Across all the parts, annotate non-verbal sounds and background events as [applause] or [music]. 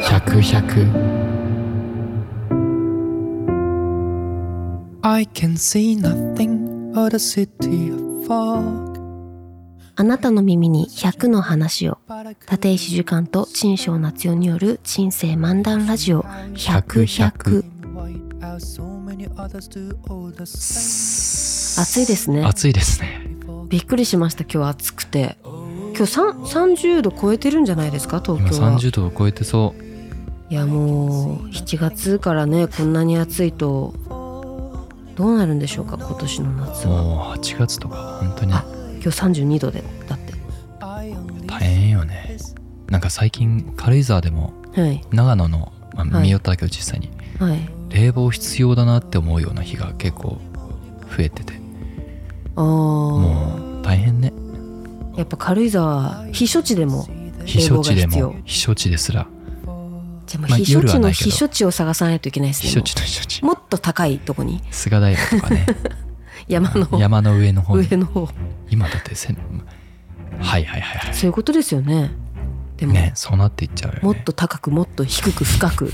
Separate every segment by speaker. Speaker 1: 100
Speaker 2: I can see nothing but a city of fog.
Speaker 3: あなたの耳に100の話を
Speaker 2: But I could
Speaker 3: 立石樹館と陳章夏代による陳生漫談ラジオ100
Speaker 1: 100
Speaker 3: 100
Speaker 2: white out so many others do all the same
Speaker 3: 暑いですね
Speaker 1: 暑いですね
Speaker 2: before.
Speaker 3: びっくりしました今日暑くて今日3 30度超えてるんじゃないですか東
Speaker 1: 今
Speaker 3: 京は
Speaker 1: 30度を超えてそ
Speaker 3: いやもう7月からねこんなに暑いとどうなるんでしょうか今年の
Speaker 1: う
Speaker 3: 夏は
Speaker 1: もう8月とか本当に
Speaker 3: あ今日32度でだって
Speaker 2: I only
Speaker 1: 大変よねなんか最近軽井沢でも
Speaker 3: はい
Speaker 1: 長野の、まあ、
Speaker 3: はい
Speaker 1: 見よったけど実際に、
Speaker 3: はい
Speaker 1: 冷房必要だなって思うような日が結構増えてて
Speaker 3: あー
Speaker 1: もう大変ね
Speaker 3: やっぱ軽井沢避暑地でも
Speaker 1: 避暑地で
Speaker 3: 冷房
Speaker 1: も
Speaker 3: が必
Speaker 1: 避暑地ですら
Speaker 3: じゃあもう
Speaker 1: まあ
Speaker 3: 避暑
Speaker 1: 夜は
Speaker 3: 地の
Speaker 1: ないけど
Speaker 3: 避暑地を探さないといけないですね
Speaker 1: 避暑地の避暑地
Speaker 3: もうもっと高いとこに
Speaker 1: 菅平とか
Speaker 3: [laughs]
Speaker 1: ね
Speaker 3: 山の
Speaker 1: 山の上の方に
Speaker 3: 上の方
Speaker 1: 今だってせんはいはいはいは
Speaker 3: そういうことですよねで
Speaker 1: い
Speaker 3: も、
Speaker 1: ねそうなっていっちゃうよね
Speaker 3: もっと高くもっと低く
Speaker 1: [laughs]
Speaker 3: 深く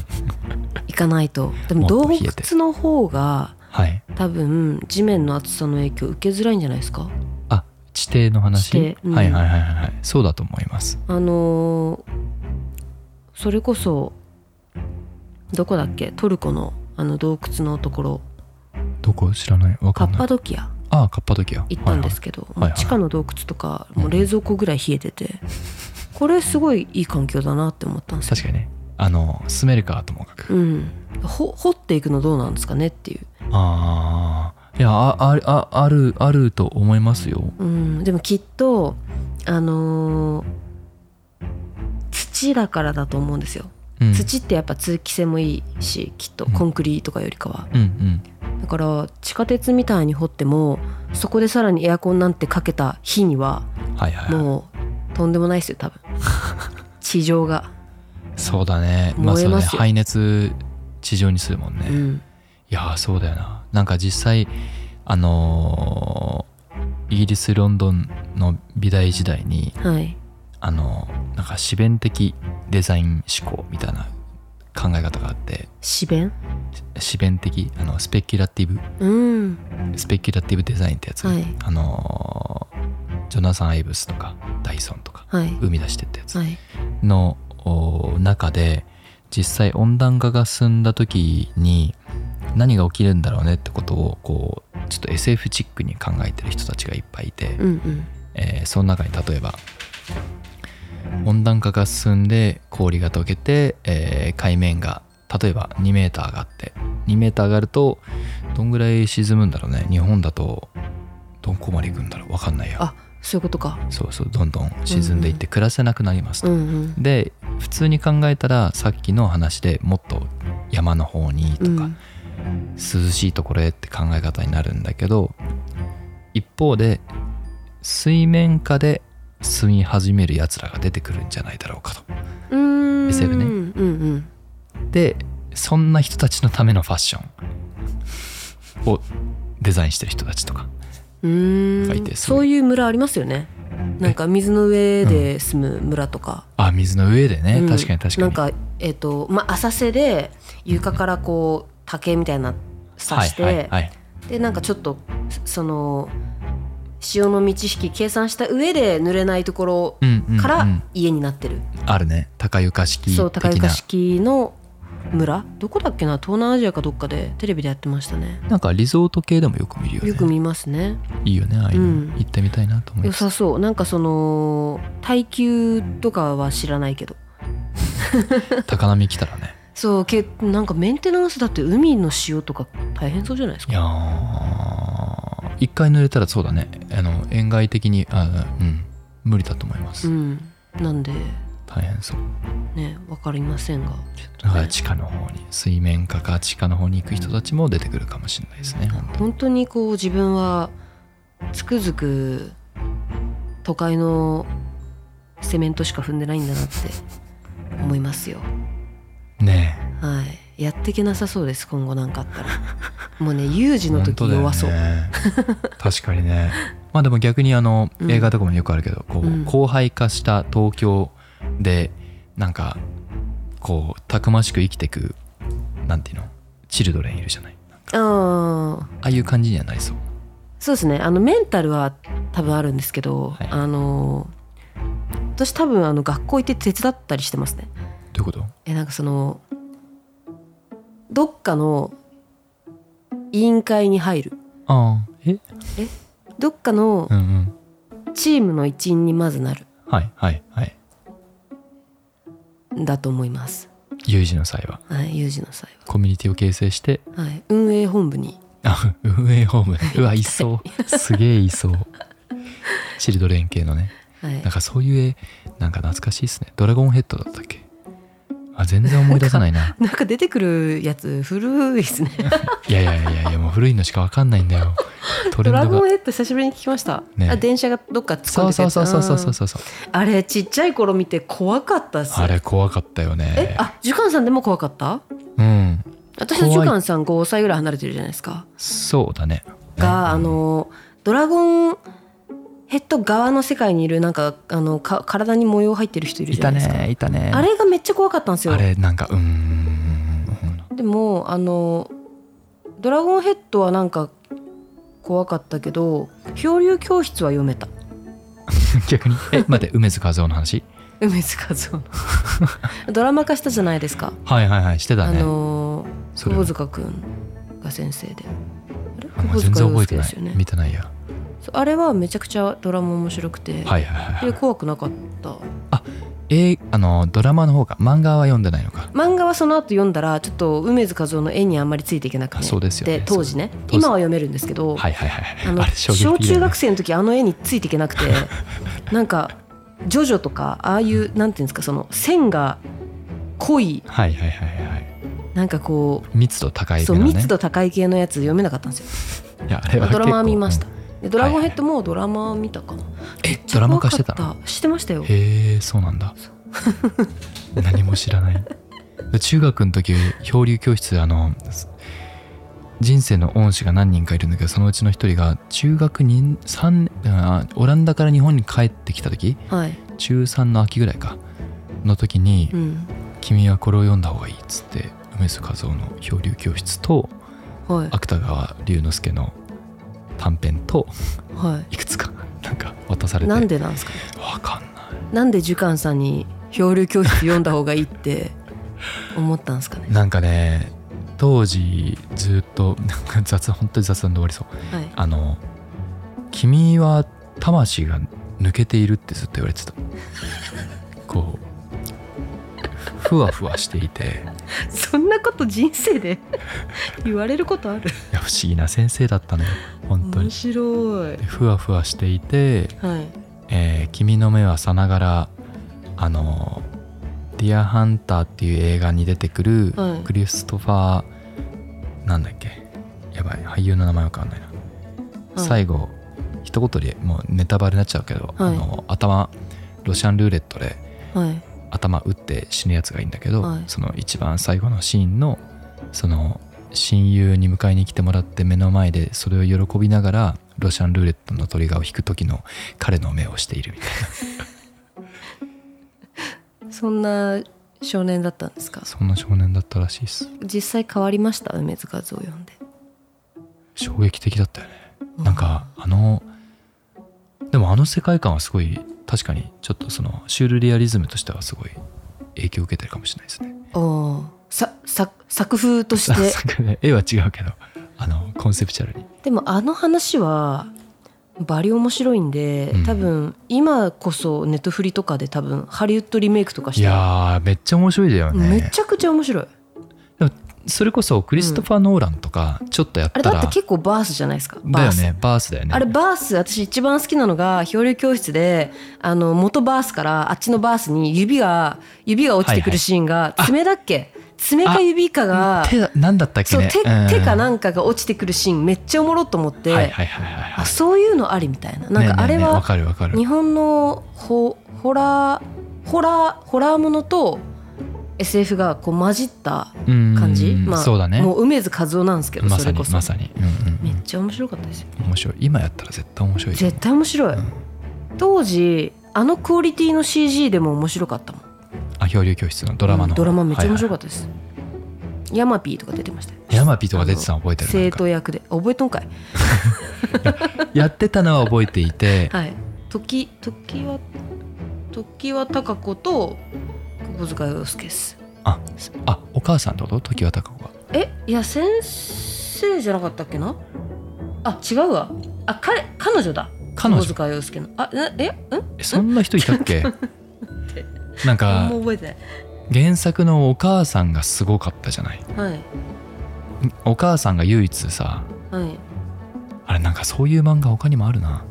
Speaker 3: 行かないとでも
Speaker 1: もっ
Speaker 3: 洞
Speaker 1: と冷
Speaker 3: 窟
Speaker 1: えて
Speaker 3: の方が
Speaker 1: はい
Speaker 3: 多分地面の厚さの影響受けづらいんじゃないですか
Speaker 1: あ地底の
Speaker 3: 地
Speaker 1: 話、
Speaker 3: 底うん
Speaker 1: はいはいはいはいはいそうだと思います
Speaker 3: あのーそれこそどこだっけトルコのあの洞窟のところ
Speaker 1: どこ知らないわか
Speaker 3: カ
Speaker 1: ん
Speaker 3: ッ
Speaker 1: な
Speaker 3: パ
Speaker 1: い
Speaker 3: ドキア
Speaker 1: あカッパドキア
Speaker 3: 行ったんです
Speaker 1: は
Speaker 3: けど、
Speaker 1: いはい
Speaker 3: もう地下の洞窟とかもう冷蔵庫ぐらい冷えてて、
Speaker 1: [laughs]
Speaker 3: これすごいいい環境だなって思ったんで
Speaker 1: い
Speaker 3: す
Speaker 1: はい確かにねあの住めるかともかく、
Speaker 3: うん、ほ掘っていくのどうなんですかねっていう、
Speaker 1: ああいやああああるあると思いますよ
Speaker 3: うん、でもきっとあのー土だからだと思うんですよ
Speaker 1: うん
Speaker 3: 土ってやっぱ通気性もいいしきっと
Speaker 1: うん
Speaker 3: コンクリとかよりかは、
Speaker 1: うんうん
Speaker 3: だから地下鉄みたいに掘ってもそこでさらにエアコンなんてかけた日には
Speaker 1: はいはいはい
Speaker 3: もうとんでもないですよ
Speaker 1: [laughs]
Speaker 3: 多分地上が、
Speaker 1: そうだねまあ
Speaker 3: 燃
Speaker 1: そ
Speaker 3: え
Speaker 1: う
Speaker 3: ま
Speaker 1: ね
Speaker 3: すよ
Speaker 1: 排熱地上にするもんね、
Speaker 3: う
Speaker 1: い
Speaker 3: ん、
Speaker 1: やーそうだよななんか実際あのーイギリスロンドンの美大時代に
Speaker 3: はい
Speaker 1: あのーなんか自弁的デザイン思考みたいな考え方があって
Speaker 3: 自弁
Speaker 1: 自弁的あのスペキュラティブ
Speaker 3: うん
Speaker 1: スペキュラティブデザインってやつ、
Speaker 3: はい
Speaker 1: あのージョナサン・アイブスとかダイソンとか
Speaker 3: はい
Speaker 1: 生み出してったやつ
Speaker 3: はい
Speaker 1: のお中で実際温暖化が進んだ時に何が起きるんだろうねってことをこうちょっと SF チックに考えてる人たちがいっぱいいて、
Speaker 3: うんうん
Speaker 1: えーその中に例えば温暖化が進んで氷が溶けて、えー海面が例えば2メーター上がって2メーター上がるとどんぐらい沈むんだろうね日本だとどこまで行くんだろう分かんないよ
Speaker 3: あそういうことか
Speaker 1: そうそうどんどん沈んでいって暮らせなくなります
Speaker 3: う
Speaker 1: と、
Speaker 3: んうん
Speaker 1: で普通に考えたらさっきの話でもっと山の方にとか、
Speaker 3: うん
Speaker 1: 涼しいところへって考え方になるんだけど一方で水面下で住み始めるやつらが出てくるんじゃないだろうかと。
Speaker 3: うーん
Speaker 1: SF ね
Speaker 3: うんうん
Speaker 1: でそんな人たちのためのファッションをデザインしてる人たちとか
Speaker 3: うーん
Speaker 1: 書いてそういう
Speaker 3: そういう村ありますよねなんか水の上で住む村とか、
Speaker 1: あ水の上でね、
Speaker 3: うん
Speaker 1: 確かに確かに
Speaker 3: なんかえっ、とまあ浅瀬で床からこう竹みたいな刺して、
Speaker 1: はいはいはい、
Speaker 3: でなんかちょっとその潮の満ち引き計算した上で濡れないところ
Speaker 1: うんうんうん
Speaker 3: から家になってる、
Speaker 1: あるね高床式的な
Speaker 3: そう高床式の村どこだっけな東南アジアかどっかでテレビでやってましたね
Speaker 1: なんかリゾート系でもよく見るよね
Speaker 3: よく見ますね
Speaker 1: いいよねああいうの、
Speaker 3: うん
Speaker 1: 行ってみたいなと思い
Speaker 3: 良
Speaker 1: ます
Speaker 3: さそうなんかその耐久とかは知らないけど
Speaker 1: 高波来たらね
Speaker 3: そうけなんかメンテナンスだって海の塩とか大変そうじゃないです
Speaker 1: い
Speaker 3: か
Speaker 1: やー一回濡れたらそうだねあの円外的にあうん無理だと思いま
Speaker 3: う
Speaker 1: す、
Speaker 3: んなんで
Speaker 1: 大変そう
Speaker 3: ねわかりませんがちょっと
Speaker 1: だ
Speaker 3: ね
Speaker 1: から地下の方に水面下か地下の方に行く人たちも出てくるかもしれないですね本当に
Speaker 3: 本当にこう自分はつくづく都会のセメントしか踏んでないんだなって思いますよ
Speaker 1: ねえ
Speaker 3: はいやっていけなさそうです今後なんかあったら [laughs] もうね有事の
Speaker 1: 本
Speaker 3: 時
Speaker 1: 当だよ [laughs]
Speaker 3: 弱そう、
Speaker 1: ね確かにねまあでも逆にあの
Speaker 3: うん
Speaker 1: 映画とかもよくあるけど、こう
Speaker 3: うん
Speaker 1: 荒廃化した東京でなんかこうたくましく生きてくなんていうのチルドレンいるじゃないあ
Speaker 3: あ
Speaker 1: あいう感じにはなりそう
Speaker 3: そうですねあのメンタルは多分あるんですけど、
Speaker 1: はい
Speaker 3: あの私多分あの学校行って手伝ったりしてますね
Speaker 1: どういうこと
Speaker 3: えなんかそのどっかの委員会に入る
Speaker 1: ああえ
Speaker 3: どっかの
Speaker 1: うんうん
Speaker 3: チームの一員にまずなる
Speaker 1: はいはいはい
Speaker 3: んだと思います、
Speaker 1: 有事の際は
Speaker 3: はい、有事の際
Speaker 1: コミュニティを形成して
Speaker 3: は、はい、運営本部に
Speaker 1: あ運営
Speaker 3: [laughs]
Speaker 1: ホームうわいそうすげえいそうチルドレン系のね
Speaker 3: はい
Speaker 1: なんかそういう絵なんか懐かしいですねドラゴンヘッドだったっけあ全然思い出さないな
Speaker 3: なんか出てくるやつ古いですね
Speaker 1: いやいやいやいやもう古いのしかわかんないんだよトレ
Speaker 3: ド
Speaker 1: ン
Speaker 3: ラ
Speaker 1: ド
Speaker 3: ゴ
Speaker 1: が
Speaker 3: ンヘッド久しぶりに聞きました、
Speaker 1: ね
Speaker 3: あ電車がどっか突っ込ん
Speaker 1: そ
Speaker 3: で
Speaker 1: う
Speaker 3: た
Speaker 1: そう
Speaker 3: やつ
Speaker 1: そうそうそうそうそう
Speaker 3: うんあれちっちゃい頃見て怖かったっす
Speaker 1: あれ怖かったよ
Speaker 3: え
Speaker 1: ね
Speaker 3: あジュカンさんでも怖かった
Speaker 1: うん
Speaker 3: 私とジ
Speaker 1: 怖
Speaker 3: ュ
Speaker 1: い
Speaker 3: カンさん5歳ぐらい離れてるじゃないですか
Speaker 1: そうだね
Speaker 3: が、あ
Speaker 1: ね
Speaker 3: のドラゴンヘッド側の世界にいるなんかあのか体に模様入ってる人いる
Speaker 1: い
Speaker 3: じゃ
Speaker 1: た
Speaker 3: ないですか
Speaker 1: ねいたね
Speaker 3: あれがめっちゃ怖かったんですよ
Speaker 1: あれなんかうーん
Speaker 3: でもあのドラゴンヘッドはなんか怖かったけど漂流教室は読めた
Speaker 1: 逆にえ待って梅津和夫の話
Speaker 3: 梅津和夫のドラマ化したじゃないですか、
Speaker 1: はいはいはいしてた
Speaker 3: あ
Speaker 1: ね
Speaker 3: の
Speaker 1: それ
Speaker 3: 窪
Speaker 1: は
Speaker 3: 塚くんが先生であれ
Speaker 1: あも
Speaker 3: 窪
Speaker 1: う全然
Speaker 3: 塚
Speaker 1: 覚
Speaker 3: 洋
Speaker 1: えて
Speaker 3: 介で
Speaker 1: な
Speaker 3: すよ
Speaker 1: い
Speaker 3: ね
Speaker 1: 見てないや
Speaker 3: そうあれはめちゃくちゃドラマ面白くて、
Speaker 1: はいはいはい
Speaker 3: で
Speaker 1: はい
Speaker 3: 怖くなかった
Speaker 1: えあのドラマの方か漫画は読んでないのか
Speaker 3: 漫画はその後読んだらちょっと梅津和夫の絵にあんまりついていけなく
Speaker 1: あ
Speaker 3: て
Speaker 1: そうですよね
Speaker 3: で当時ね
Speaker 1: 当時
Speaker 3: 今は読めるんですけど、
Speaker 1: はいはいはい
Speaker 3: あ
Speaker 1: はい
Speaker 3: の
Speaker 1: あれ衝撃
Speaker 3: 小
Speaker 1: 的だ
Speaker 3: 中
Speaker 1: よね
Speaker 3: 学生の時あの絵についていけなくて
Speaker 1: [laughs]
Speaker 3: なんか「ジョジョ」とかああいうなんていうんですかその線が濃い
Speaker 1: はいはいはいはい
Speaker 3: なんかこ
Speaker 1: 密度高
Speaker 3: う,、
Speaker 1: いけ
Speaker 3: そ
Speaker 1: ど
Speaker 3: う
Speaker 1: ね
Speaker 3: 密度高い系のやつ読めなかったんです
Speaker 1: [laughs]
Speaker 3: よ。
Speaker 1: いやあれは
Speaker 3: ドラマは
Speaker 1: 結構
Speaker 3: 見ました
Speaker 1: うん
Speaker 3: でドラゴンヘッドもドラマ見たかな、
Speaker 1: えドラマ化してた
Speaker 3: 怖
Speaker 1: の
Speaker 3: かったしてましたよ
Speaker 1: へえそうなんだ何も知らない中学の時漂流教室あの人生の恩師が何人かいるんだけどそのうちの一人が中学に三あオランダから日本に帰ってきた時
Speaker 3: はい、
Speaker 1: 中3の秋ぐらいかの時に
Speaker 3: うん
Speaker 1: 「君はこれを読んだ方がいい」っつって梅津和夫の漂流教室と
Speaker 3: はい
Speaker 1: 芥川龍之介の短編と
Speaker 3: はい
Speaker 1: くつかなんか渡され
Speaker 3: い
Speaker 1: て
Speaker 3: なんでなんですか
Speaker 1: わかんな
Speaker 3: なんで寿貫さんに漂流教室読んだ方がいいって思ったんですか
Speaker 1: [laughs]
Speaker 3: ね
Speaker 1: い。なんかね当時ずっとなんか雑本当に雑談で終わりそう
Speaker 3: はい。
Speaker 1: あの「君は魂が抜けている」ってずっと言われてたこうふわふわしていて
Speaker 3: そんなこと人生で [laughs] 言われることある。
Speaker 1: いや不思議な先生だったのよ本当に
Speaker 3: 面白い。
Speaker 1: でふわふわしていて
Speaker 3: はい。
Speaker 1: えー君の目はさながら」あの「ディアハンター」っていう映画に出てくる
Speaker 3: はい
Speaker 1: クリストファーなんだっけやばい俳優の名前わかんないな、
Speaker 3: はい
Speaker 1: 最後一言でもうネタバレになっちゃうけど、
Speaker 3: は
Speaker 1: あ
Speaker 3: い
Speaker 1: の頭ロシアンルーレットで
Speaker 3: はい。
Speaker 1: 頭打って死ぬやつがいいんだけど、
Speaker 3: はい
Speaker 1: その一番最後のシーンのその親友に迎えに来てもらって目の前でそれを喜びながらロシアンルーレットのトリガーを引く時の彼の目をしているみたい
Speaker 3: [laughs]
Speaker 1: な
Speaker 3: そんな少年だったんですか。
Speaker 1: そんな少年だったらしいです
Speaker 3: 実際変わりました梅津和夫を読んで。
Speaker 1: 衝撃的だったよねなんかあのでもあの世界観はすごい確かにちょっとそのシュールリアリズムとしてはすごい影響を受けてるかもしれないですね
Speaker 3: うん。おお。ささ作風とし
Speaker 1: [laughs]
Speaker 3: て。
Speaker 1: 作ね絵は違うけどあのコンセプチュアルに
Speaker 3: でもあの話は。バリ面白いんで、
Speaker 1: うん
Speaker 3: 多分今こそネットフリとかで多分ハリウッドリメイクとかし
Speaker 1: い
Speaker 3: て
Speaker 1: やーめっちゃ面白いだよね
Speaker 3: めちゃくちゃ面白い
Speaker 1: それこそクリストファー・ノーランとかちょっとやっ
Speaker 3: あ
Speaker 1: た
Speaker 3: れだ
Speaker 1: ら、
Speaker 3: って結構バースじゃないですか
Speaker 1: だ
Speaker 3: バー
Speaker 1: よ
Speaker 3: ス
Speaker 1: ねバースだよね
Speaker 3: あれバース私一番好きなのが漂流教室であの元バースからあっちのバースに指が指が落ちてくるシーンが、
Speaker 1: はい
Speaker 3: 爪だっけ爪か指かが
Speaker 1: 手だ何だったっけ
Speaker 3: そう
Speaker 1: ね
Speaker 3: 手
Speaker 1: うん
Speaker 3: 手かなんかが落ちてくるシーンめっちゃおもろと思って、
Speaker 1: はいはいはいはいは
Speaker 3: あ
Speaker 1: い
Speaker 3: そういうのありみたいななんかあ
Speaker 1: ねえねえ
Speaker 3: れ
Speaker 1: ねえわ、
Speaker 3: は
Speaker 1: かるわかる
Speaker 3: 日本のホホラーホラーホラーものと SF がこう混じった感
Speaker 1: 感
Speaker 3: じ、まあ、
Speaker 1: そうだね
Speaker 3: もう梅津和夫なんですけど
Speaker 1: ま
Speaker 3: そ
Speaker 1: さ
Speaker 3: れ
Speaker 1: に
Speaker 3: こそ、
Speaker 1: まさに、うんうん
Speaker 3: め
Speaker 1: う
Speaker 3: っちゃ面白かったですよ
Speaker 1: ん、面白い今やったら絶対面白いと思う
Speaker 3: 絶対面白い、
Speaker 1: うん
Speaker 3: 当時あのクオリティの CG でも面白かったもん
Speaker 1: あ漂流教室のドラマの方、
Speaker 3: ドラマめっちゃ面白
Speaker 1: かっ
Speaker 3: かったです、ヤマピーとか出てましたよ
Speaker 1: ヤマピーとか出てたの覚えてる
Speaker 3: 生徒役であ覚えとんかい
Speaker 1: やってたのは覚えていて
Speaker 3: はい時時は時は高子と小塚洋介です
Speaker 1: あお母さんってこと時は高子が
Speaker 3: えいや先生じゃなかったっけなあ違うわあ彼彼女だ
Speaker 1: 彼
Speaker 3: 小
Speaker 1: 女
Speaker 3: 塚洋介のあなえうん
Speaker 1: えそんな人いたっ
Speaker 3: [laughs]
Speaker 1: けなん
Speaker 3: あ
Speaker 1: か
Speaker 3: んま覚えてない
Speaker 1: 原作のお母さんがすごかったじゃない
Speaker 3: はい
Speaker 1: お母さんが唯一さ
Speaker 3: はい
Speaker 1: あれなんかそういう漫画他にもあるな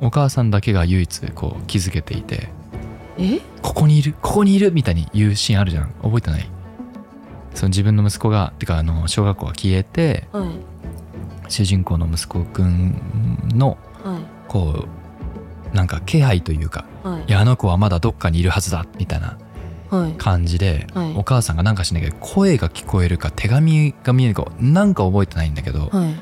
Speaker 1: お母さんだけが唯一こう気づけていて
Speaker 3: え
Speaker 1: ここにいるここにいるみたいに言うシーンあるじゃん覚えてないその自分の息子がてかあの小学校が消えて
Speaker 3: はい
Speaker 1: 主人公の息子くんの
Speaker 3: はい
Speaker 1: こうなんか気配というか
Speaker 3: はい
Speaker 1: いやあの子はまだどっかにいるはずだみたいな
Speaker 3: はい
Speaker 1: 感じで、
Speaker 3: はい
Speaker 1: お母さんがなんかしないけど声が聞こえるか手紙が見えるかなんか覚えてないんだけど、
Speaker 3: はい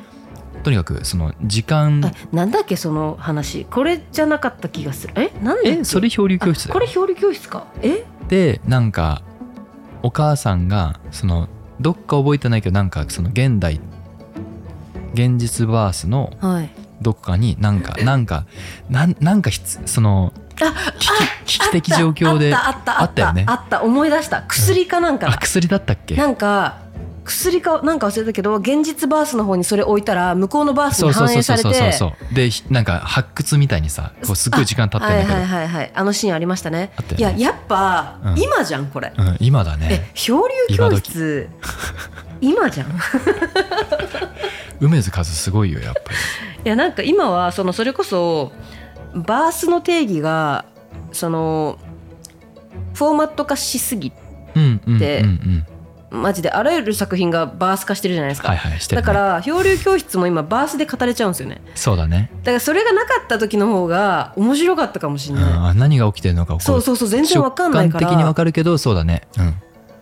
Speaker 1: とにかくその時間
Speaker 3: あなんだっけその話これじゃなかった気がするえなんだっけ
Speaker 1: えそれ漂流教室
Speaker 3: あ
Speaker 1: だ
Speaker 3: こ
Speaker 1: よ
Speaker 3: れ表裏教室かえ
Speaker 1: でなんかお母さんがそのどっか覚えてないけどなんかその現代現実バースの
Speaker 3: はい
Speaker 1: どこかになん
Speaker 3: [laughs]
Speaker 1: かなんかなんなんかひつその
Speaker 3: あ
Speaker 1: 危機危機的状況で
Speaker 3: あった
Speaker 1: あ
Speaker 3: あったあった
Speaker 1: ったよね
Speaker 3: あった思い出した薬かなんか
Speaker 1: あ
Speaker 3: だ、
Speaker 1: 薬だったっけ
Speaker 3: なんか薬かなんか忘れたけど現実バースの方にそれ置いたら向こうのバースに反映されて
Speaker 1: うでひなんか発掘みたいにさこうすっごい時間経ってんだけど、
Speaker 3: はいはいはいはいあのシーンありましたね
Speaker 1: あった
Speaker 3: い
Speaker 1: よ
Speaker 3: や
Speaker 1: ね
Speaker 3: やっぱ、
Speaker 1: うん
Speaker 3: 今じゃんこれ、
Speaker 1: うん、今だ
Speaker 3: え
Speaker 1: ね
Speaker 3: 漂流教室
Speaker 1: [laughs]
Speaker 3: 今じゃんい
Speaker 1: 梅津和すごいよやっぱり
Speaker 3: やなんか今はそのそれこそバースの定義がそのフォーマット化しすぎ
Speaker 1: うんうんうん
Speaker 3: で
Speaker 1: うん
Speaker 3: マジであらゆる作品がバース化してるじゃないですか、
Speaker 1: はいはいしてる、
Speaker 3: だ
Speaker 1: ね、
Speaker 3: から漂流教室も今バースで語れちゃうんですよね
Speaker 1: そうだね、
Speaker 3: だからそれがなかった時の方が面白かったかもし
Speaker 1: う
Speaker 3: れ
Speaker 1: ん、
Speaker 3: ない、
Speaker 1: あ何が起きてるのかこ
Speaker 3: そうそうそう全然わかんないか
Speaker 1: 直感的にわ
Speaker 3: ら
Speaker 1: かるけどそうだねうん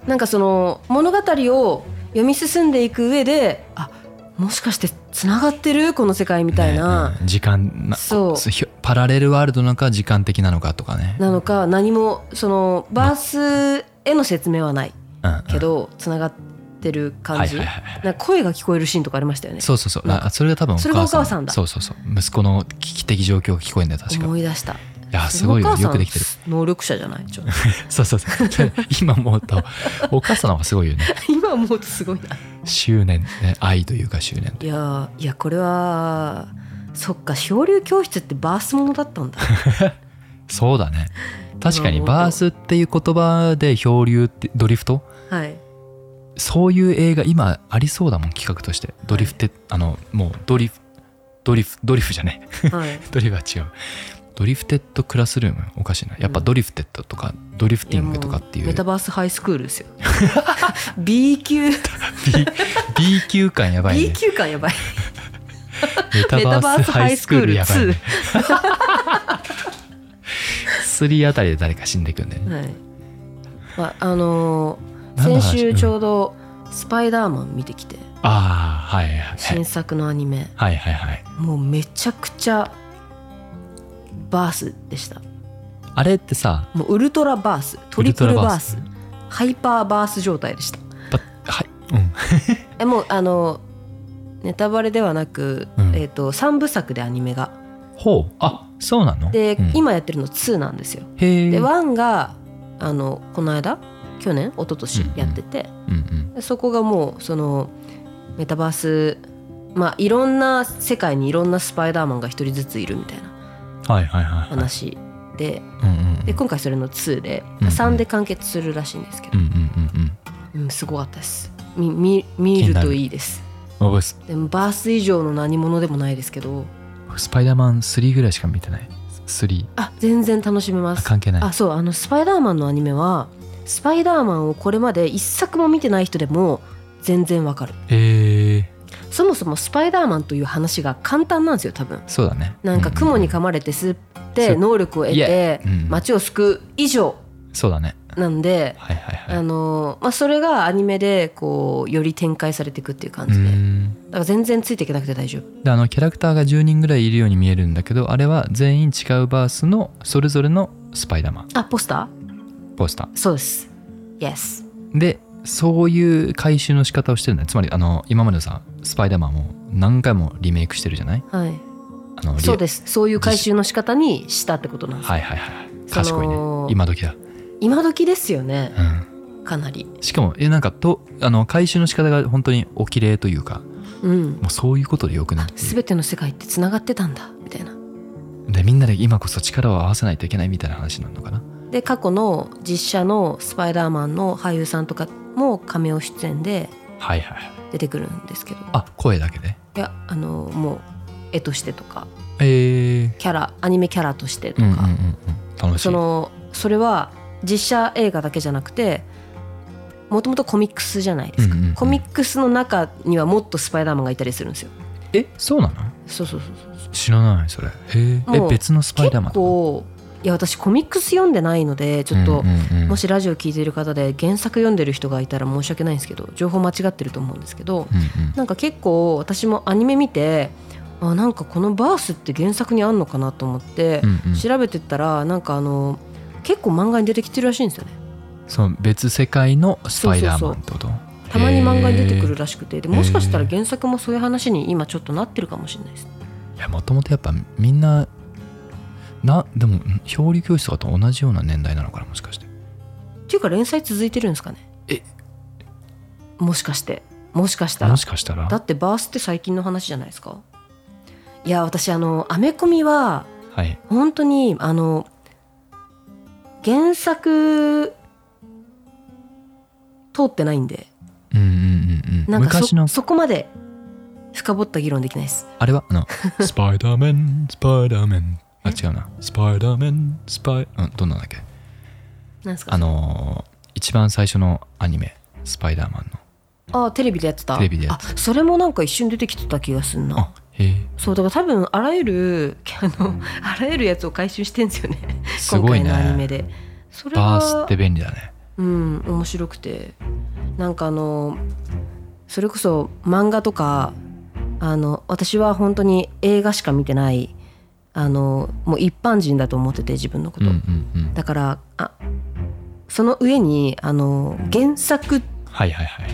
Speaker 3: なんかその物語を読み進んでいく上であもしかしてつながってるこの世界みたいな、
Speaker 1: ねうん時間な
Speaker 3: そう
Speaker 1: こひょパラレルワールドなのか時間的なのかとかね
Speaker 3: なのか何もそのバースへの説明はない
Speaker 1: うんうん
Speaker 3: けどつながってる感
Speaker 1: はい
Speaker 3: じ、
Speaker 1: はいはいはい
Speaker 3: なんか声が聞こえるシーンとかありましたよね
Speaker 1: そうそうそう
Speaker 3: なんか
Speaker 1: あそれが多分お母さん
Speaker 3: それがお母さんだ
Speaker 1: そうそうそう息子の危機的状況が聞こえんだよ確か
Speaker 3: 思い出した
Speaker 1: いやすごい
Speaker 3: お
Speaker 1: よ
Speaker 3: 母さ
Speaker 1: よ
Speaker 3: ん
Speaker 1: くできてる
Speaker 3: 能力者じゃないちょっと [laughs]
Speaker 1: そうそうそう [laughs] 今思うとお母さんの方がすごいよね
Speaker 3: 今思うとすごいな
Speaker 1: 執念ね愛というか執念
Speaker 3: いやーいやこれはそっか漂流教室ってバースものだったんだ
Speaker 1: そうだね確かに
Speaker 3: なるほど
Speaker 1: バースっていう言葉で漂流ってドリフト
Speaker 3: はい
Speaker 1: そういう映画今ありそうだもん企画としてドリフって、あのもうドリフドリフドリフじゃねえ [laughs]
Speaker 3: はい
Speaker 1: ドリフは違うドリフテッドクラスルームおかしいなやっぱ
Speaker 3: うん
Speaker 1: ドリフテッドとかドリフティングとかってい
Speaker 3: や
Speaker 1: う
Speaker 3: もメタバースハイスクールですよ [laughs] B 級
Speaker 1: B, [laughs] B 級感やばい
Speaker 3: B
Speaker 1: ね
Speaker 3: 級感やばい
Speaker 1: メタ
Speaker 3: メタ
Speaker 1: バ
Speaker 3: バ
Speaker 1: ー
Speaker 3: ー
Speaker 1: ス
Speaker 3: ス
Speaker 1: ハ
Speaker 3: ハ
Speaker 1: イ
Speaker 3: イ
Speaker 1: ス
Speaker 3: ス
Speaker 1: ク
Speaker 3: ク
Speaker 1: ー
Speaker 3: ー
Speaker 1: ル
Speaker 3: ル
Speaker 1: やばいね [laughs]
Speaker 3: 2
Speaker 1: 3あたりで誰か死んでいくんだよね
Speaker 3: はいまああのー
Speaker 1: 何の話
Speaker 3: 先週ち
Speaker 1: うん
Speaker 3: ょうど「スパイダーマン」見てきて
Speaker 1: ああはいはいはい
Speaker 3: 新作のアニメ
Speaker 1: はいはいはい
Speaker 3: もうめちゃくちゃバースでした
Speaker 1: あれってさ
Speaker 3: もうウルトラバーストリプルバースハイパーバース状態でした
Speaker 1: ばはいうん
Speaker 3: えもうあのネタバレではなく、
Speaker 1: うん
Speaker 3: えー、と3部作でアニメが
Speaker 1: ほうあそうなの
Speaker 3: で、
Speaker 1: うん
Speaker 3: 今やってるの2なんですよ
Speaker 1: へえ
Speaker 3: で1があのこの間去年一昨
Speaker 1: う
Speaker 3: 年
Speaker 1: んうん
Speaker 3: やってて、
Speaker 1: うんうん
Speaker 3: でそこがもうそのメタバースまあいろんな世界にいろんなスパイダーマンが一人ずついるみたいな
Speaker 1: はいはいはいはい
Speaker 3: 話で
Speaker 1: うんうんうん
Speaker 3: で今回それの2で
Speaker 1: うんうん
Speaker 3: 3で完結するらしいんですけ
Speaker 1: う
Speaker 3: ど
Speaker 1: ん、うんうんうん
Speaker 3: うん、すごかったですみ見見るといいです
Speaker 1: 僕ス
Speaker 3: でもバース以上の何者でもないですけど
Speaker 1: スパイダーマン3ぐらいしか見てない3
Speaker 3: あ全然楽しめま
Speaker 1: あ
Speaker 3: す
Speaker 1: 関係ない
Speaker 3: あそうあのスパイダーマンのアニメはスパイダーマンをこれまで一作も見てない人でも全然わかる
Speaker 1: へえ
Speaker 3: そもそもスパイダーマンという話が簡単なんですよ多分
Speaker 1: そうだね
Speaker 3: なんか雲に噛まれて吸って
Speaker 1: そう
Speaker 3: 能力を得
Speaker 1: いや
Speaker 3: て
Speaker 1: うん
Speaker 3: 街を救う以上
Speaker 1: そうだね
Speaker 3: なんで
Speaker 1: はいはいは
Speaker 3: あ
Speaker 1: い
Speaker 3: のまあそれがアニメでこうより展開されていくっていう感
Speaker 1: う
Speaker 3: じでだ
Speaker 1: ん
Speaker 3: から全然ついていけなくて大丈夫
Speaker 1: であのキャラクターが10人ぐらいいるように見えるんだけどあれは全員違うバースのそれぞれのスパイダーマン
Speaker 3: あポスター
Speaker 1: ポスタ
Speaker 3: そうです。Yes。
Speaker 1: ーでそういう回収の仕方をしてるんだよつまりあの今までのさスパイダーマンも何回もリメイクしてるじゃない
Speaker 3: はい。
Speaker 1: あのリ
Speaker 3: そうです。そういう回収の仕方にしたってことなんです。
Speaker 1: はいはいはい
Speaker 3: その
Speaker 1: 賢いね今時だ
Speaker 3: 今時ですよね。
Speaker 1: うん
Speaker 3: かなり。
Speaker 1: しかもえなんかとあの回収の仕方が本当にお綺麗というか
Speaker 3: うん。
Speaker 1: もうそういうことでよくね
Speaker 3: あ、すべての世界ってつながってたんだみたいな。
Speaker 1: でみんなで今こそ力を合わせないといけないみたいな話になるのかな
Speaker 3: で過去の実写のスパイダーマンの俳優さんとかも仮面を出演で
Speaker 1: はいはいはい
Speaker 3: 出てくるんですけど
Speaker 1: あ声だけで
Speaker 3: いやあのもう絵としてとか
Speaker 1: え
Speaker 3: キャラアニメキャラとしてと
Speaker 1: ー、
Speaker 3: か、
Speaker 1: うんうんうんうん楽しい
Speaker 3: そのそれは実写映画だけじゃなくてもともとコミックスじゃないですか、
Speaker 1: うんうんうん
Speaker 3: コミックスの中にはもっとスパイダーマンがいたりするんですよ
Speaker 1: えそうなの
Speaker 3: そうそうそうそう
Speaker 1: 知らないそれへーえ
Speaker 3: もう
Speaker 1: 別のスパイダーマン
Speaker 3: 結構いや私コミックス読んでないのでちょっと、
Speaker 1: うんうんうん
Speaker 3: もしラジオ聞いてる方で原作読んでる人がいたら申し訳ないんですけど情報間違ってると思うんですけど
Speaker 1: うんうん
Speaker 3: なんか結構私もアニメ見てあなんかこのバースって原作にあんのかなと思って
Speaker 1: うんうん
Speaker 3: 調べてったらなんかあの結構漫画に出てきてるらしいんですよね
Speaker 1: その別世界のスパイダーマンってこと
Speaker 3: たまに漫画に出てく
Speaker 1: へ
Speaker 3: る
Speaker 1: ー
Speaker 3: らしくてでもしかしたら原作もそういう話に今ちょっとなってるかもしれないです
Speaker 1: いやもともとやっぱみんななでもん表裏教室とかと同じような年代なのかなもしかして
Speaker 3: っていうか連載続いてるんですかね
Speaker 1: え
Speaker 3: もしかしてもしかしたら
Speaker 1: もしかしたら
Speaker 3: だってバースって最近の話じゃないですかいや私あのアメコミは
Speaker 1: はい
Speaker 3: 本当にあの原作通ってないんで
Speaker 1: うんうんうんう
Speaker 3: なんんか
Speaker 1: 昔
Speaker 3: そ
Speaker 1: の
Speaker 3: そこまで深掘った議論できないです
Speaker 1: あれはあ
Speaker 3: [laughs]
Speaker 1: のスパイダーマンスパイダーマンあ違うなスパイダーマンスパイうんどんなんだっけ
Speaker 3: なんですか
Speaker 1: あのー一番最初のアニメスパイダーマンの
Speaker 3: あテレビでやってた
Speaker 1: テレビでやって
Speaker 3: あそれもなんか一瞬出てきてた気がすんな
Speaker 1: あへえ
Speaker 3: そうだから多分あらゆるあのあらゆるやつを回収してんですよね
Speaker 1: すごい
Speaker 3: 今回のアニメ
Speaker 1: ね
Speaker 3: でそれは
Speaker 1: バースって便利だね
Speaker 3: うん面白くてなんかあのそれこそ漫画とかあの私は本当に映画しか見てないあのもう一般人だと思ってて自分のこ
Speaker 1: うん
Speaker 3: と、
Speaker 1: うんうん
Speaker 3: だからあその上にあの原作
Speaker 1: はいはいはい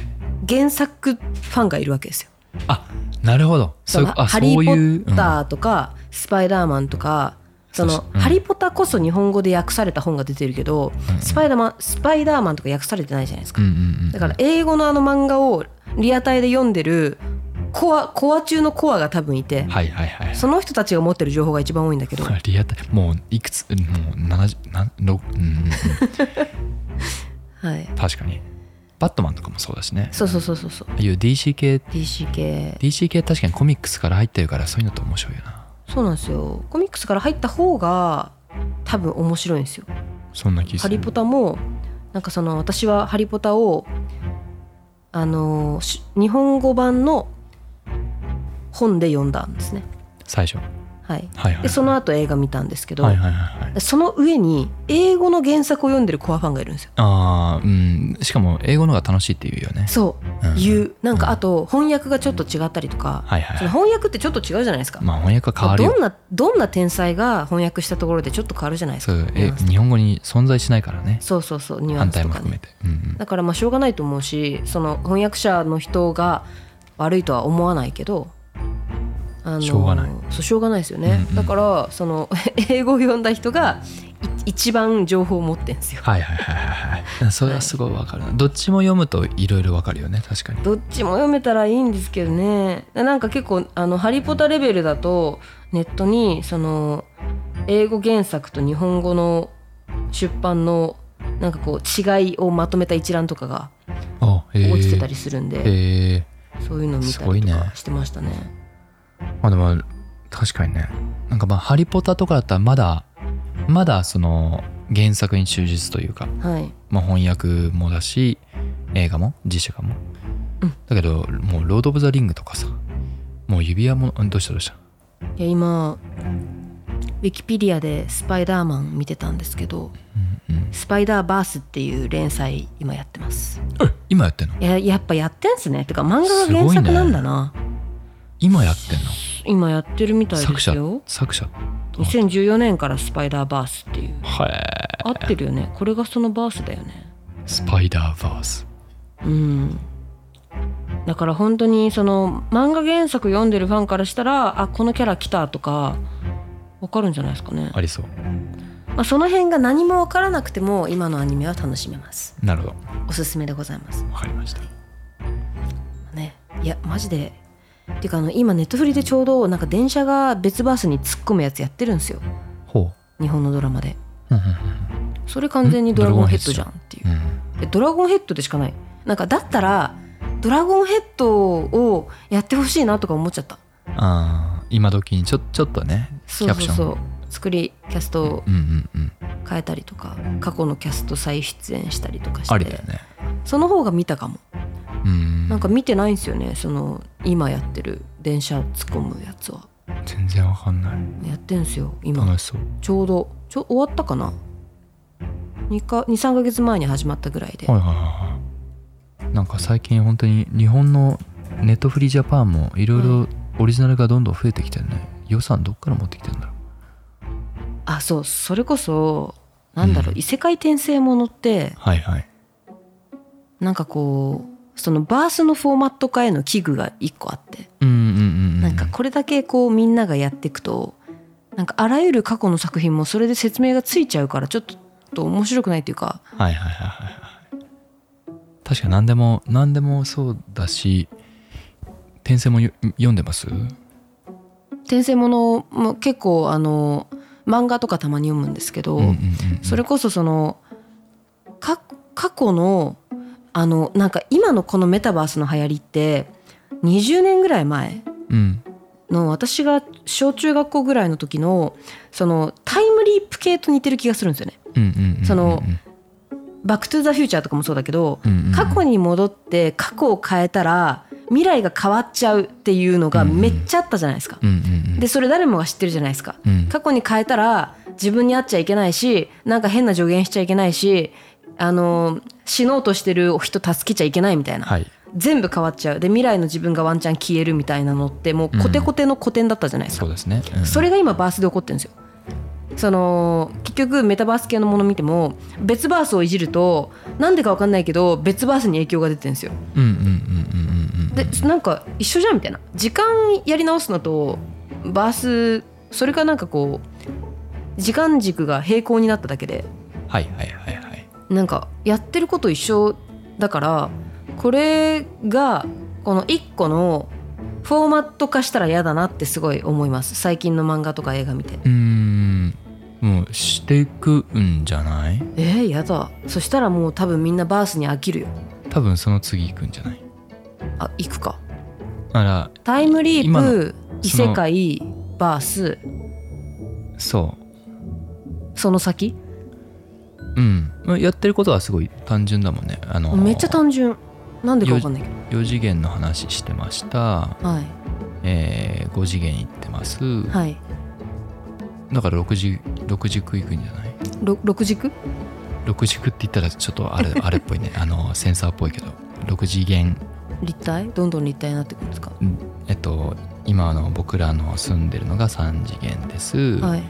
Speaker 3: 原作ファンがいるわけですよ。
Speaker 1: あなるほどそういう
Speaker 3: その
Speaker 1: あそ
Speaker 3: ハ
Speaker 1: う
Speaker 3: リー・ポ
Speaker 1: いう
Speaker 3: ッターとか、スパイダーマンとかその
Speaker 1: そうそううん
Speaker 3: ハリポタこそ日本語で訳された本が出てるけど、
Speaker 1: うん
Speaker 3: スパイダーマンスパイダーマンとか訳されてないじゃないですか
Speaker 1: うんうんうんうん
Speaker 3: だから英語のあの漫画をリアタイで読んでるコアコア中のコアが多分いて、
Speaker 1: はいはいはい
Speaker 3: その人たちが持ってる情報が一番多いんだけど、
Speaker 1: [laughs] リアタイもういくつもう70なんろうんうんうん
Speaker 3: はい、
Speaker 1: 確か
Speaker 3: [laughs]
Speaker 1: にバットマンとかもそうだしね
Speaker 3: そうそうそうそうそう
Speaker 1: ああいう DC 系
Speaker 3: DC 系
Speaker 1: DC 系確かにコミックスから入ってるからそういうのって面白いよな
Speaker 3: そうなんですよコミックスから入った方が多分面白いんですよ
Speaker 1: そんな気
Speaker 3: ハ
Speaker 1: す
Speaker 3: リ
Speaker 1: る
Speaker 3: ポタもなんかその私はハリポタをあのし日本語版の本で読んだんですね
Speaker 1: 最初
Speaker 3: はい
Speaker 1: はいはい
Speaker 3: でその後映画見たんですけど、
Speaker 1: はいはいはいはい
Speaker 3: その上に英語の原作を読んでるコアファンがいるんですよ
Speaker 1: ああうんしかも英語の方が楽しいって言うよね
Speaker 3: そう
Speaker 1: うん
Speaker 3: 言うなんかあと翻訳がちょっと違ったりとか、
Speaker 1: はいはいは
Speaker 3: その
Speaker 1: い
Speaker 3: 翻訳ってちょっと違うじゃないですか、
Speaker 1: まあ翻訳は変わる
Speaker 3: ど
Speaker 1: よ
Speaker 3: んなどんな天才が翻訳したところでちょっと変わるじゃないです
Speaker 1: そう
Speaker 3: か
Speaker 1: え
Speaker 3: ニュアンス
Speaker 1: 日本語に存在しないからね
Speaker 3: そうそうそうニュア
Speaker 1: 反
Speaker 3: ンス
Speaker 1: 対
Speaker 3: と
Speaker 1: も
Speaker 3: か
Speaker 1: 含め
Speaker 3: ね
Speaker 1: て、うんうん
Speaker 3: だからまあしょうがないと思うしその翻訳者の人が悪いとは思わないけどあの
Speaker 1: しょうがない
Speaker 3: そうしょうがないですよね、
Speaker 1: うんうん
Speaker 3: だからその [laughs] 英語を読んだ人がい一番情報を持ってんですよ
Speaker 1: はいはいはいはいはいそれはすごいわかるなどっちも読むといろいろわかるよね確かに
Speaker 3: どっちも読めたらいいんですけどねなんか結構あの「ハリポタ」レベルだとネットにその英語原作と日本語の出版のなんかこう違いをまとめた一覧とかが
Speaker 1: あへえ
Speaker 3: 落ちてたりするんで、
Speaker 1: へえ
Speaker 3: そういうのを見た
Speaker 1: すごい
Speaker 3: りと
Speaker 1: ね
Speaker 3: かしてましたね。
Speaker 1: まあでも確かにねなんかまあ「ハリポタ」とかだったらまだまだその原作に忠実というか、
Speaker 3: はい、
Speaker 1: まあ、翻訳もだし映画も実写化も、
Speaker 3: うん
Speaker 1: だけどもう「ロード・オブ・ザ・リング」とかさもう指輪もうんどうしたどうした
Speaker 3: いや今ウィキペディアで「スパイダーマン」見てたんですけど
Speaker 1: うんうん
Speaker 3: 「スパイダーバース」っていう連載今やってます
Speaker 1: え今やってんの
Speaker 3: いややっぱやってんすねてか漫画
Speaker 1: す
Speaker 3: が
Speaker 1: ご
Speaker 3: 原
Speaker 1: いね
Speaker 3: 作なんだな、
Speaker 1: 今やってんの
Speaker 3: 今やってるみたいで
Speaker 1: 作
Speaker 3: す
Speaker 1: 者
Speaker 3: よ
Speaker 1: 作者
Speaker 3: 2014年から「スパイダーバース」っていう
Speaker 1: はえ
Speaker 3: 合ってるよねこれがそのバースだよね
Speaker 1: スパイダーバース
Speaker 3: うんだから本当にその漫画原作読んでるファンからしたらあこのキャラ来たとかわかるんじゃないですかね
Speaker 1: ありそう
Speaker 3: まあ、その辺が何も分からなくても今のアニメは楽しめます
Speaker 1: なるほど
Speaker 3: おすすめでございます
Speaker 1: わかりました
Speaker 3: ねいやマジでっていうかあの今ネットフリでちょうどなんか電車が別バースに突っ込むやつやってるんですよ
Speaker 1: ほ
Speaker 3: 日本のドラマで
Speaker 1: ううんうん
Speaker 3: それ完全に
Speaker 1: ん
Speaker 3: ドラゴンヘッドじゃんってい
Speaker 1: う
Speaker 3: う
Speaker 1: んうん
Speaker 3: えドラゴンヘッドでしかないなんかだったらドラゴンヘッドをやってほしいなとか思っちゃった
Speaker 1: ああ今時にちょちょっとねキ
Speaker 3: そう
Speaker 1: ャプシ
Speaker 3: そ
Speaker 1: ョ
Speaker 3: う
Speaker 1: ン
Speaker 3: そう作りキャストを
Speaker 1: うんうんうん
Speaker 3: 変えたりとか過去のキャスト再出演したりとかし
Speaker 1: ありだよ
Speaker 3: て
Speaker 1: ね
Speaker 3: その方が見たかも
Speaker 1: うん
Speaker 3: なんか見てないんですよねその今やってる電車突っ込むやつは
Speaker 1: 全然わかんない
Speaker 3: やってんすよ今
Speaker 1: 楽しそう
Speaker 3: ちょうどちょ終わったかな2か23か月前に始まったぐらいで、
Speaker 1: はいはいはいはいなんか最近本当に日本のネットフリージャパンもいろいろオリジナルがどんどん増えてきてるね予算どっから持ってきてるんだろう
Speaker 3: あそうそれこそなんだろう、異世界転生ものって
Speaker 1: はいはい
Speaker 3: なんかこうそのバースのフォーマット化への危惧が1個あって、
Speaker 1: うんうんうんう
Speaker 3: なんかこれだけこうみんながやっていくとなんかあらゆる過去の作品もそれで説明がついちゃうからちょっと面白くないっていうか
Speaker 1: はいはいはいはいはい確か何でも何でもそうだし転生もよ読んでます
Speaker 3: 転生ものも結構あの漫画とかたまに読むんですけど、
Speaker 1: うんうんうん
Speaker 3: それこそそのか過去のあのなんか今のこのメタバースの流行りって20年ぐらい前
Speaker 1: うん
Speaker 3: の私が小中学校ぐらいの時のそのタイムリープ系と似てる気がするんですよね。
Speaker 1: うんうんうんうん
Speaker 3: そのバック・トゥ・ザ・フューチャーとかもそうだけど
Speaker 1: うんうんうん
Speaker 3: 過去に戻って過去を変えたら未来が変わっちゃうっていうのがめっちゃあったじゃないですか。
Speaker 1: うんうんうん
Speaker 3: でそれ誰もが知ってるじゃないですか。
Speaker 1: うん
Speaker 3: 過去に変えたら自分に会っちゃいけないしなんか変な助言しちゃいけないしあの死のうとしてる人助けちゃいけないみたいな、
Speaker 1: はい
Speaker 3: 全部変わっちゃうで未来の自分がワンチャン消えるみたいなのってもうコテコテの古典だったじゃないですか、
Speaker 1: そうですね、うん
Speaker 3: それが今バースで起こってるんですよその結局メタバース系のもの見ても別バースをいじるとなんでか分かんないけど別バースに影響が出てるんですよ
Speaker 1: うんうんうんうんうんうん
Speaker 3: でなんか一緒じゃんみたいな時間やり直すのとバースそれかなんかこう時間軸が平行になっただけで
Speaker 1: はいはいはいはい
Speaker 3: なんかやってること一緒だからこれがこの1個のフォーマット化したら嫌だなってすごい思います最近の漫画とか映画見て
Speaker 1: うーんもうしていくんじゃない
Speaker 3: えー、やだそしたらもう多分みんなバースに飽きるよ
Speaker 1: 多分その次行くんじゃない
Speaker 3: あ行くか
Speaker 1: あら
Speaker 3: タイムリー
Speaker 1: 今の
Speaker 3: プ異世界バース
Speaker 1: そ
Speaker 3: その先
Speaker 1: ううんまあやってることはすごい単純だもんねあの
Speaker 3: めっちゃ単純なんでか分かんないけ
Speaker 1: 4次元の話してました、
Speaker 3: どはい
Speaker 1: えー、5次元行ってます
Speaker 3: はい、
Speaker 1: だから6次六軸行くんじゃない
Speaker 3: ろ六軸
Speaker 1: 6軸って言ったらちょっと
Speaker 3: [laughs]
Speaker 1: あれあれっぽいねあのセンサーっぽいけど6次元
Speaker 3: 立体どんどん立体になってくるんですか、
Speaker 1: えっと今の僕らの住んでるのが3次元です、
Speaker 3: はい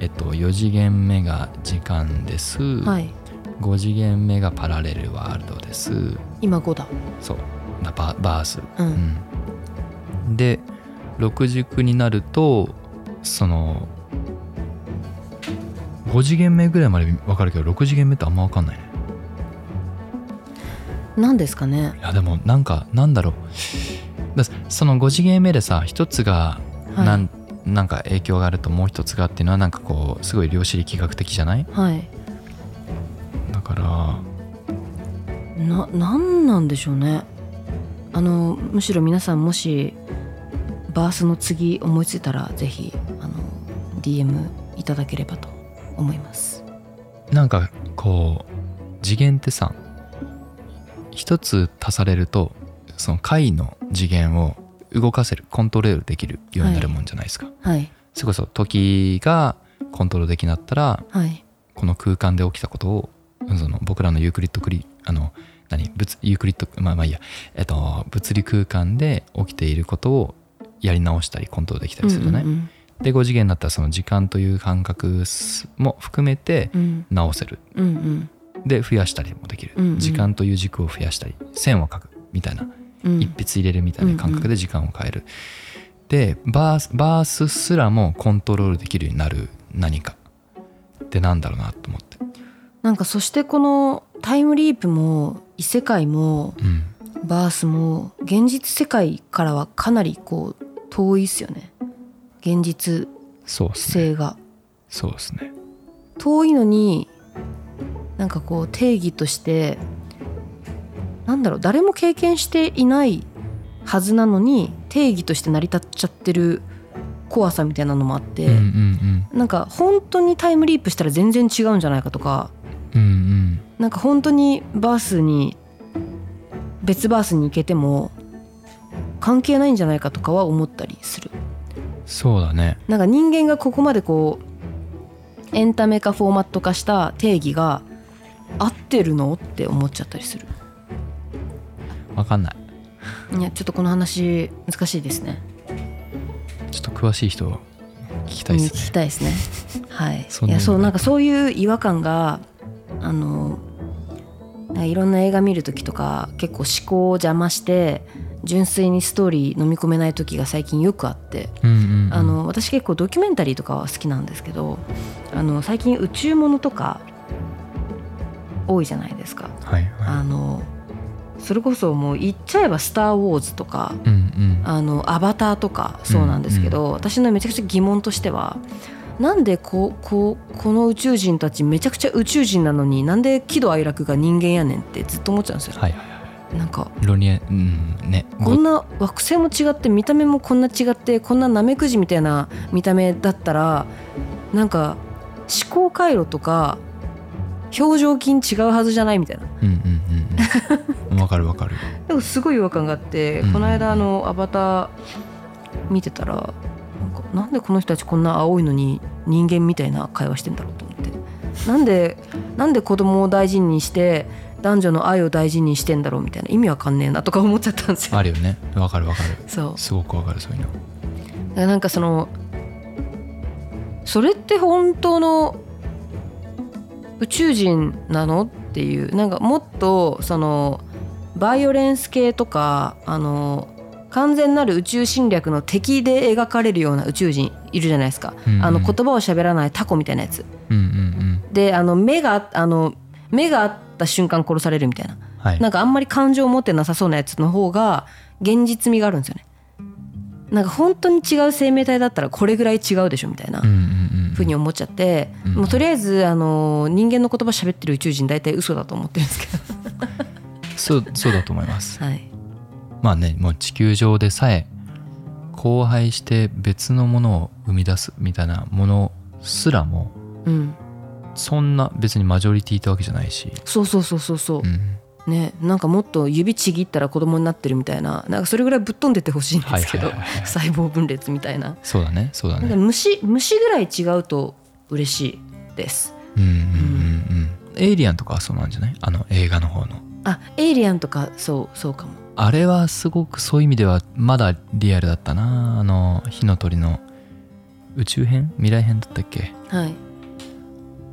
Speaker 1: えっと、4次元目が時間です、
Speaker 3: はい
Speaker 1: 5次元目がパラレルワールドです
Speaker 3: 今5だ
Speaker 1: そうだババース、
Speaker 3: うん、
Speaker 1: うんで6軸になるとその5次元目ぐらいまで分かるけど6次元目ってあんま分かんないね
Speaker 3: なんですかね
Speaker 1: いやでもなんかなんだろうだその5次元目でさ一つが
Speaker 3: はい
Speaker 1: なん,、なんか影響があるともう一つがっていうのはなんかこうすごい量子力学的じゃない
Speaker 3: はい
Speaker 1: だから
Speaker 3: ななんなんでしょうねあのむしろ皆さんもしバースの次思いついたらぜひあの DM いただければと思います
Speaker 1: なんかこう次元ってさ一つ足されるとその解の次元を動かせるコントロールできるようになるもんじゃないですか、
Speaker 3: はい
Speaker 1: それこそ時がコントロールできなったら
Speaker 3: はい
Speaker 1: この空間で起きたことをその僕らのユークリッドクリあの何物ユークリッドまあまあいいや、えっと、物理空間で起きていることをやり直したりコントロールできたりするよね、
Speaker 3: うんうんうん
Speaker 1: で5次元になったらその時間という感覚すも含めて
Speaker 3: うん
Speaker 1: 直せる
Speaker 3: うんうん
Speaker 1: で増やしたりもできる、
Speaker 3: うんうん
Speaker 1: 時間という軸を増やしたり線を書くみたいな、
Speaker 3: うん
Speaker 1: 一筆入れるみたいな感覚で時間を変える、でバースバースすらもコントロールできるようになる何かってなんだろうなと思って、
Speaker 3: なんかそしてこのタイムリープも異世界も
Speaker 1: うん、
Speaker 3: バースも現実世界からはかなりこう遠いっすよね現実
Speaker 1: そうですね
Speaker 3: 性が
Speaker 1: そうですね
Speaker 3: 遠いのになんかこう定義としてなんだろう誰も経験していないはずなのに定義として成り立っちゃってる怖さみたいなのもあって、
Speaker 1: うんうん
Speaker 3: なんか本当にタイムリープしたら全然違うんじゃないかとか
Speaker 1: うんうん
Speaker 3: なんか本当にバースに別バースに行けても関係ないんじゃないかとかは思ったりする
Speaker 1: うんそうだね
Speaker 3: なんか人間がここまでこうエンタメ化フォーマット化した定義が合ってるのって思っちゃったりする
Speaker 1: わかんない
Speaker 3: いやちょっとこの話難しいですね
Speaker 1: ちょっと詳しい人聞きた
Speaker 3: うん
Speaker 1: いで
Speaker 3: 聞
Speaker 1: す
Speaker 3: き
Speaker 1: ね
Speaker 3: たいですねはい
Speaker 1: そんな
Speaker 3: いや
Speaker 1: の
Speaker 3: そうなんかそういう違和感があのなんかいろんな映画見る時とか結構思考を邪魔して純粋にストーリー飲み込めない時が最近よくあって
Speaker 1: うんうんうん
Speaker 3: あの私結構ドキュメンタリーとかは好きなんですけどあの最近宇宙ものとか多いじゃないですか。
Speaker 1: はいは
Speaker 3: あのそれこそもう言っちゃえば「スター・ウォーズ」とか
Speaker 1: いうんうん
Speaker 3: あの「アバター」とかそうなんですけど、私のめちゃくちゃ疑問としてはなんでこうこうこの宇宙人たちめちゃくちゃ宇宙人なのになんで喜怒哀楽が人間やねんってずっと思っちゃうんですよ。
Speaker 1: はいはいは
Speaker 3: なんか
Speaker 1: いロニエうんね
Speaker 3: こんな惑星も違って見た目もこんな違ってこんなナメクジみたいな見た目だったらなんか思考回路とか表情筋違うはずじゃないみたいな
Speaker 1: うんうんうんうんわかるわかる
Speaker 3: でもすごい違和感があって、
Speaker 1: うん
Speaker 3: この間あのアバター見てたらなんかなんでこの人たちこんな青いのに人間みたいな会話してんだろうと思ってなんでなんで子供を大事にして男女の愛を大事にしてんだろうみたいな意味わかんねえなとか思っちゃったんですよ。
Speaker 1: あるよねわかるわかる
Speaker 3: そう
Speaker 1: すごくわかるそういうの
Speaker 3: だからなんかそのそれって本当の宇宙人なのっていうなんかもっとそのバイオレンス系とかあの完全なる宇宙侵略の敵で描かれるような宇宙人いるじゃないですか、
Speaker 1: うんうん
Speaker 3: あの言葉を喋らないタコみたいなやつ
Speaker 1: うんうん
Speaker 3: であの目があの目があった瞬間殺されるみたいな
Speaker 1: うんはい
Speaker 3: なんかあんまり感情を持ってなさそうなやつの方が現実味があるんですよねなんか本当に違う生命体だったらこれぐらい違うでしょみたいな
Speaker 1: うんうんうん
Speaker 3: ふうに思っちゃって、
Speaker 1: うん
Speaker 3: もうとりあえずあの人間の言葉喋ってる宇宙人大体嘘だと思ってるんですけど
Speaker 1: そうそうだと思います [laughs]
Speaker 3: はい
Speaker 1: まあねもう地球上でさえ荒廃して別のものを生み出すみたいなものすらも
Speaker 3: うん
Speaker 1: そんな別にマジョリティってわけじゃないし、
Speaker 3: そうそうそうそうそう
Speaker 1: う、ん、
Speaker 3: ねなんかもっと指ちぎったら子供になってるみたいななんかそれぐらいぶっ飛んでてほしいんですけど、
Speaker 1: はいはいはいはい
Speaker 3: 細胞分裂みたいな
Speaker 1: そうだねそうだ
Speaker 3: なんか
Speaker 1: ね
Speaker 3: 虫虫ぐらい違うと嬉しいです
Speaker 1: うんうんうんうんエイリアンとかはそうなんじゃないあの映画の方の
Speaker 3: あエイリアンとかそうそうかも
Speaker 1: あれはすごくそういう意味ではまだリアルだったなあの火の鳥の宇宙編未来編だったっけ
Speaker 3: はい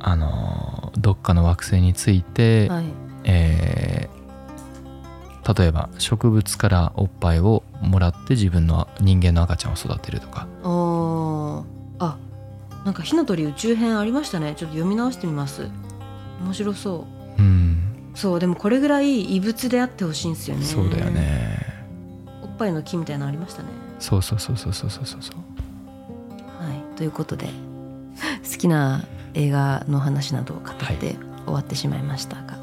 Speaker 1: あのどっかの惑星について、
Speaker 3: はい
Speaker 1: えー例えば植物からおっぱいをもらって自分の人間の赤ちゃんを育てるとか
Speaker 3: あーあなんか火の鳥宇宙編ありましたねちょっと読み直してみます面白そ
Speaker 1: うん
Speaker 3: うそうでもこれぐらい異物であってほしいんですよね
Speaker 1: そうだよね
Speaker 3: おっぱいの木みたいなのありましたね
Speaker 1: そうそうそうそうそうそうそうそう
Speaker 3: はいということで [laughs] 好きな映画の話などを語って終わってしまいましたが、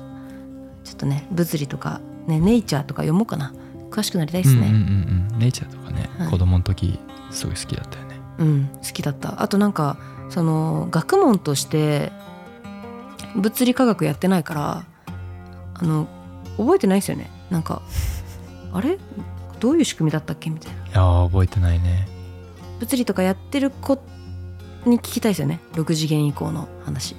Speaker 3: ちょっとね物理とかねネイチャーとか読もうかな詳しくなりたいです
Speaker 1: うんうん
Speaker 3: ね
Speaker 1: うんうんネイチャーとかね、
Speaker 3: はい
Speaker 1: 子供の時すごい好きだったよね
Speaker 3: うん、好きだったあとなんかその学問として物理科学やってないからあの覚えてないですよねなんかあれどういう仕組みだったっけみたいない
Speaker 1: やー覚えてないね
Speaker 3: 物理とかやってる子に聞きたいですよね6次元以降の話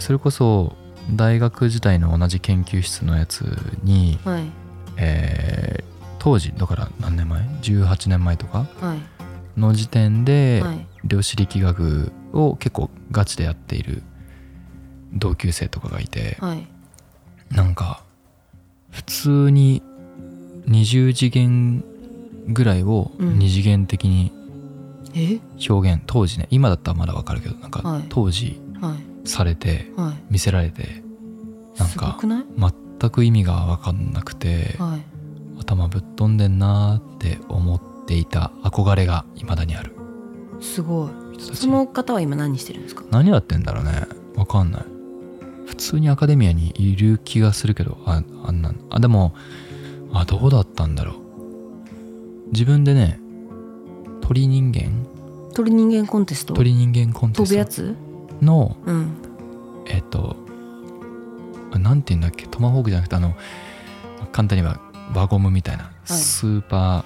Speaker 1: それこそ大学時代の同じ研究室のやつに、
Speaker 3: はい
Speaker 1: えー当時だから何年前18年前とか
Speaker 3: はい
Speaker 1: の時点で、
Speaker 3: はい
Speaker 1: 量子力学を結構ガチでやっている同級生とかがいて、
Speaker 3: はい
Speaker 1: なんか普通に20次元ぐらいを
Speaker 3: うん
Speaker 1: 二次元的に
Speaker 3: え
Speaker 1: 表現、当時ね今だったらまだわかるけどなん
Speaker 3: は
Speaker 1: か
Speaker 3: い
Speaker 1: 当時
Speaker 3: はい
Speaker 1: されて
Speaker 3: は
Speaker 1: 見せられて
Speaker 3: い
Speaker 1: なん
Speaker 3: すご
Speaker 1: か
Speaker 3: くない
Speaker 1: 全く意味が分かんなくて
Speaker 3: はい
Speaker 1: 頭ぶっ飛んでんなーって思っていた憧れが未だにある
Speaker 3: すごい
Speaker 1: 人た
Speaker 3: そ
Speaker 1: ち
Speaker 3: の方は今何してるんですか
Speaker 1: 何やってんだろうね分かんない普通にアカデミアにいる気がするけどああんなんあでもあどうだったんだろう自分でね鳥人間
Speaker 3: 鳥人間コンテスト
Speaker 1: 鳥人間コンテ
Speaker 3: 飛ぶや
Speaker 1: ス
Speaker 3: つ
Speaker 1: トの
Speaker 3: うん
Speaker 1: えっとあなんて言うんだっけトマホークじゃなくてあの簡単には輪ゴムみたいな、
Speaker 3: い
Speaker 1: スーパ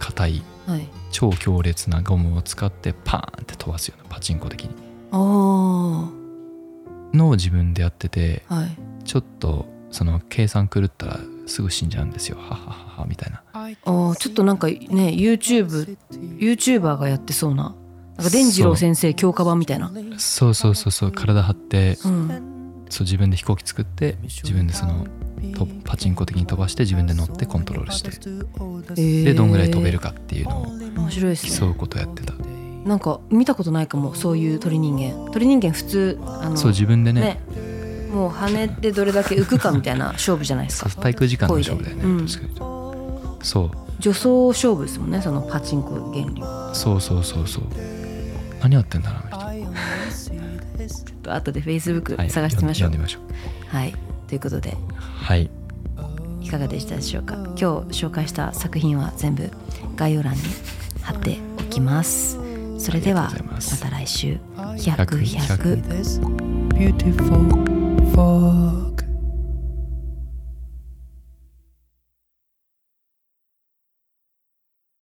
Speaker 1: ー硬い
Speaker 3: はい
Speaker 1: 超強烈なゴムを使ってパーンって飛ばすようなパチンコ的に
Speaker 3: ああ
Speaker 1: のを自分でやってて
Speaker 3: はい
Speaker 1: ちょっとその計算狂ったらすぐ死んじゃうんですよははははみたいな
Speaker 3: ああちょっとなんかね YouTube YouTuber がやってそうななんか伝次郎先生強化版みたいな
Speaker 1: そうそうそうそう体張って
Speaker 3: うん
Speaker 1: そう自分で飛行機作って自分でそのとパチンコ的に飛ばして自分で乗ってコントロールして
Speaker 3: えー
Speaker 1: でどんぐらい飛べるかっていうのを
Speaker 3: 面白いです
Speaker 1: 競
Speaker 3: ね
Speaker 1: うことやってた
Speaker 3: なんか見たことないかもそういう鳥人間鳥人間普通あの
Speaker 1: そう自分でね
Speaker 3: ねもう羽でどれだけ浮くかみたいな勝負じゃないです
Speaker 1: そ
Speaker 3: か
Speaker 1: う滞空時間の勝負だよね、
Speaker 3: うん
Speaker 1: 確かにそう
Speaker 3: 助走勝負ですもんねそのパチンコ原理は
Speaker 1: そうそうそうそう何やってんだろうな
Speaker 3: 後で Facebook
Speaker 1: はい
Speaker 3: 探してみまし
Speaker 1: 読
Speaker 3: ょう
Speaker 1: んでみましょう
Speaker 3: はい、ということで
Speaker 1: はい
Speaker 3: いかがでしたでしょうか今日紹介した作品は全部概要欄に貼っておきますそれでは
Speaker 1: ありがとうござい
Speaker 3: ま
Speaker 1: ます
Speaker 3: た来週100 100
Speaker 2: Beautiful for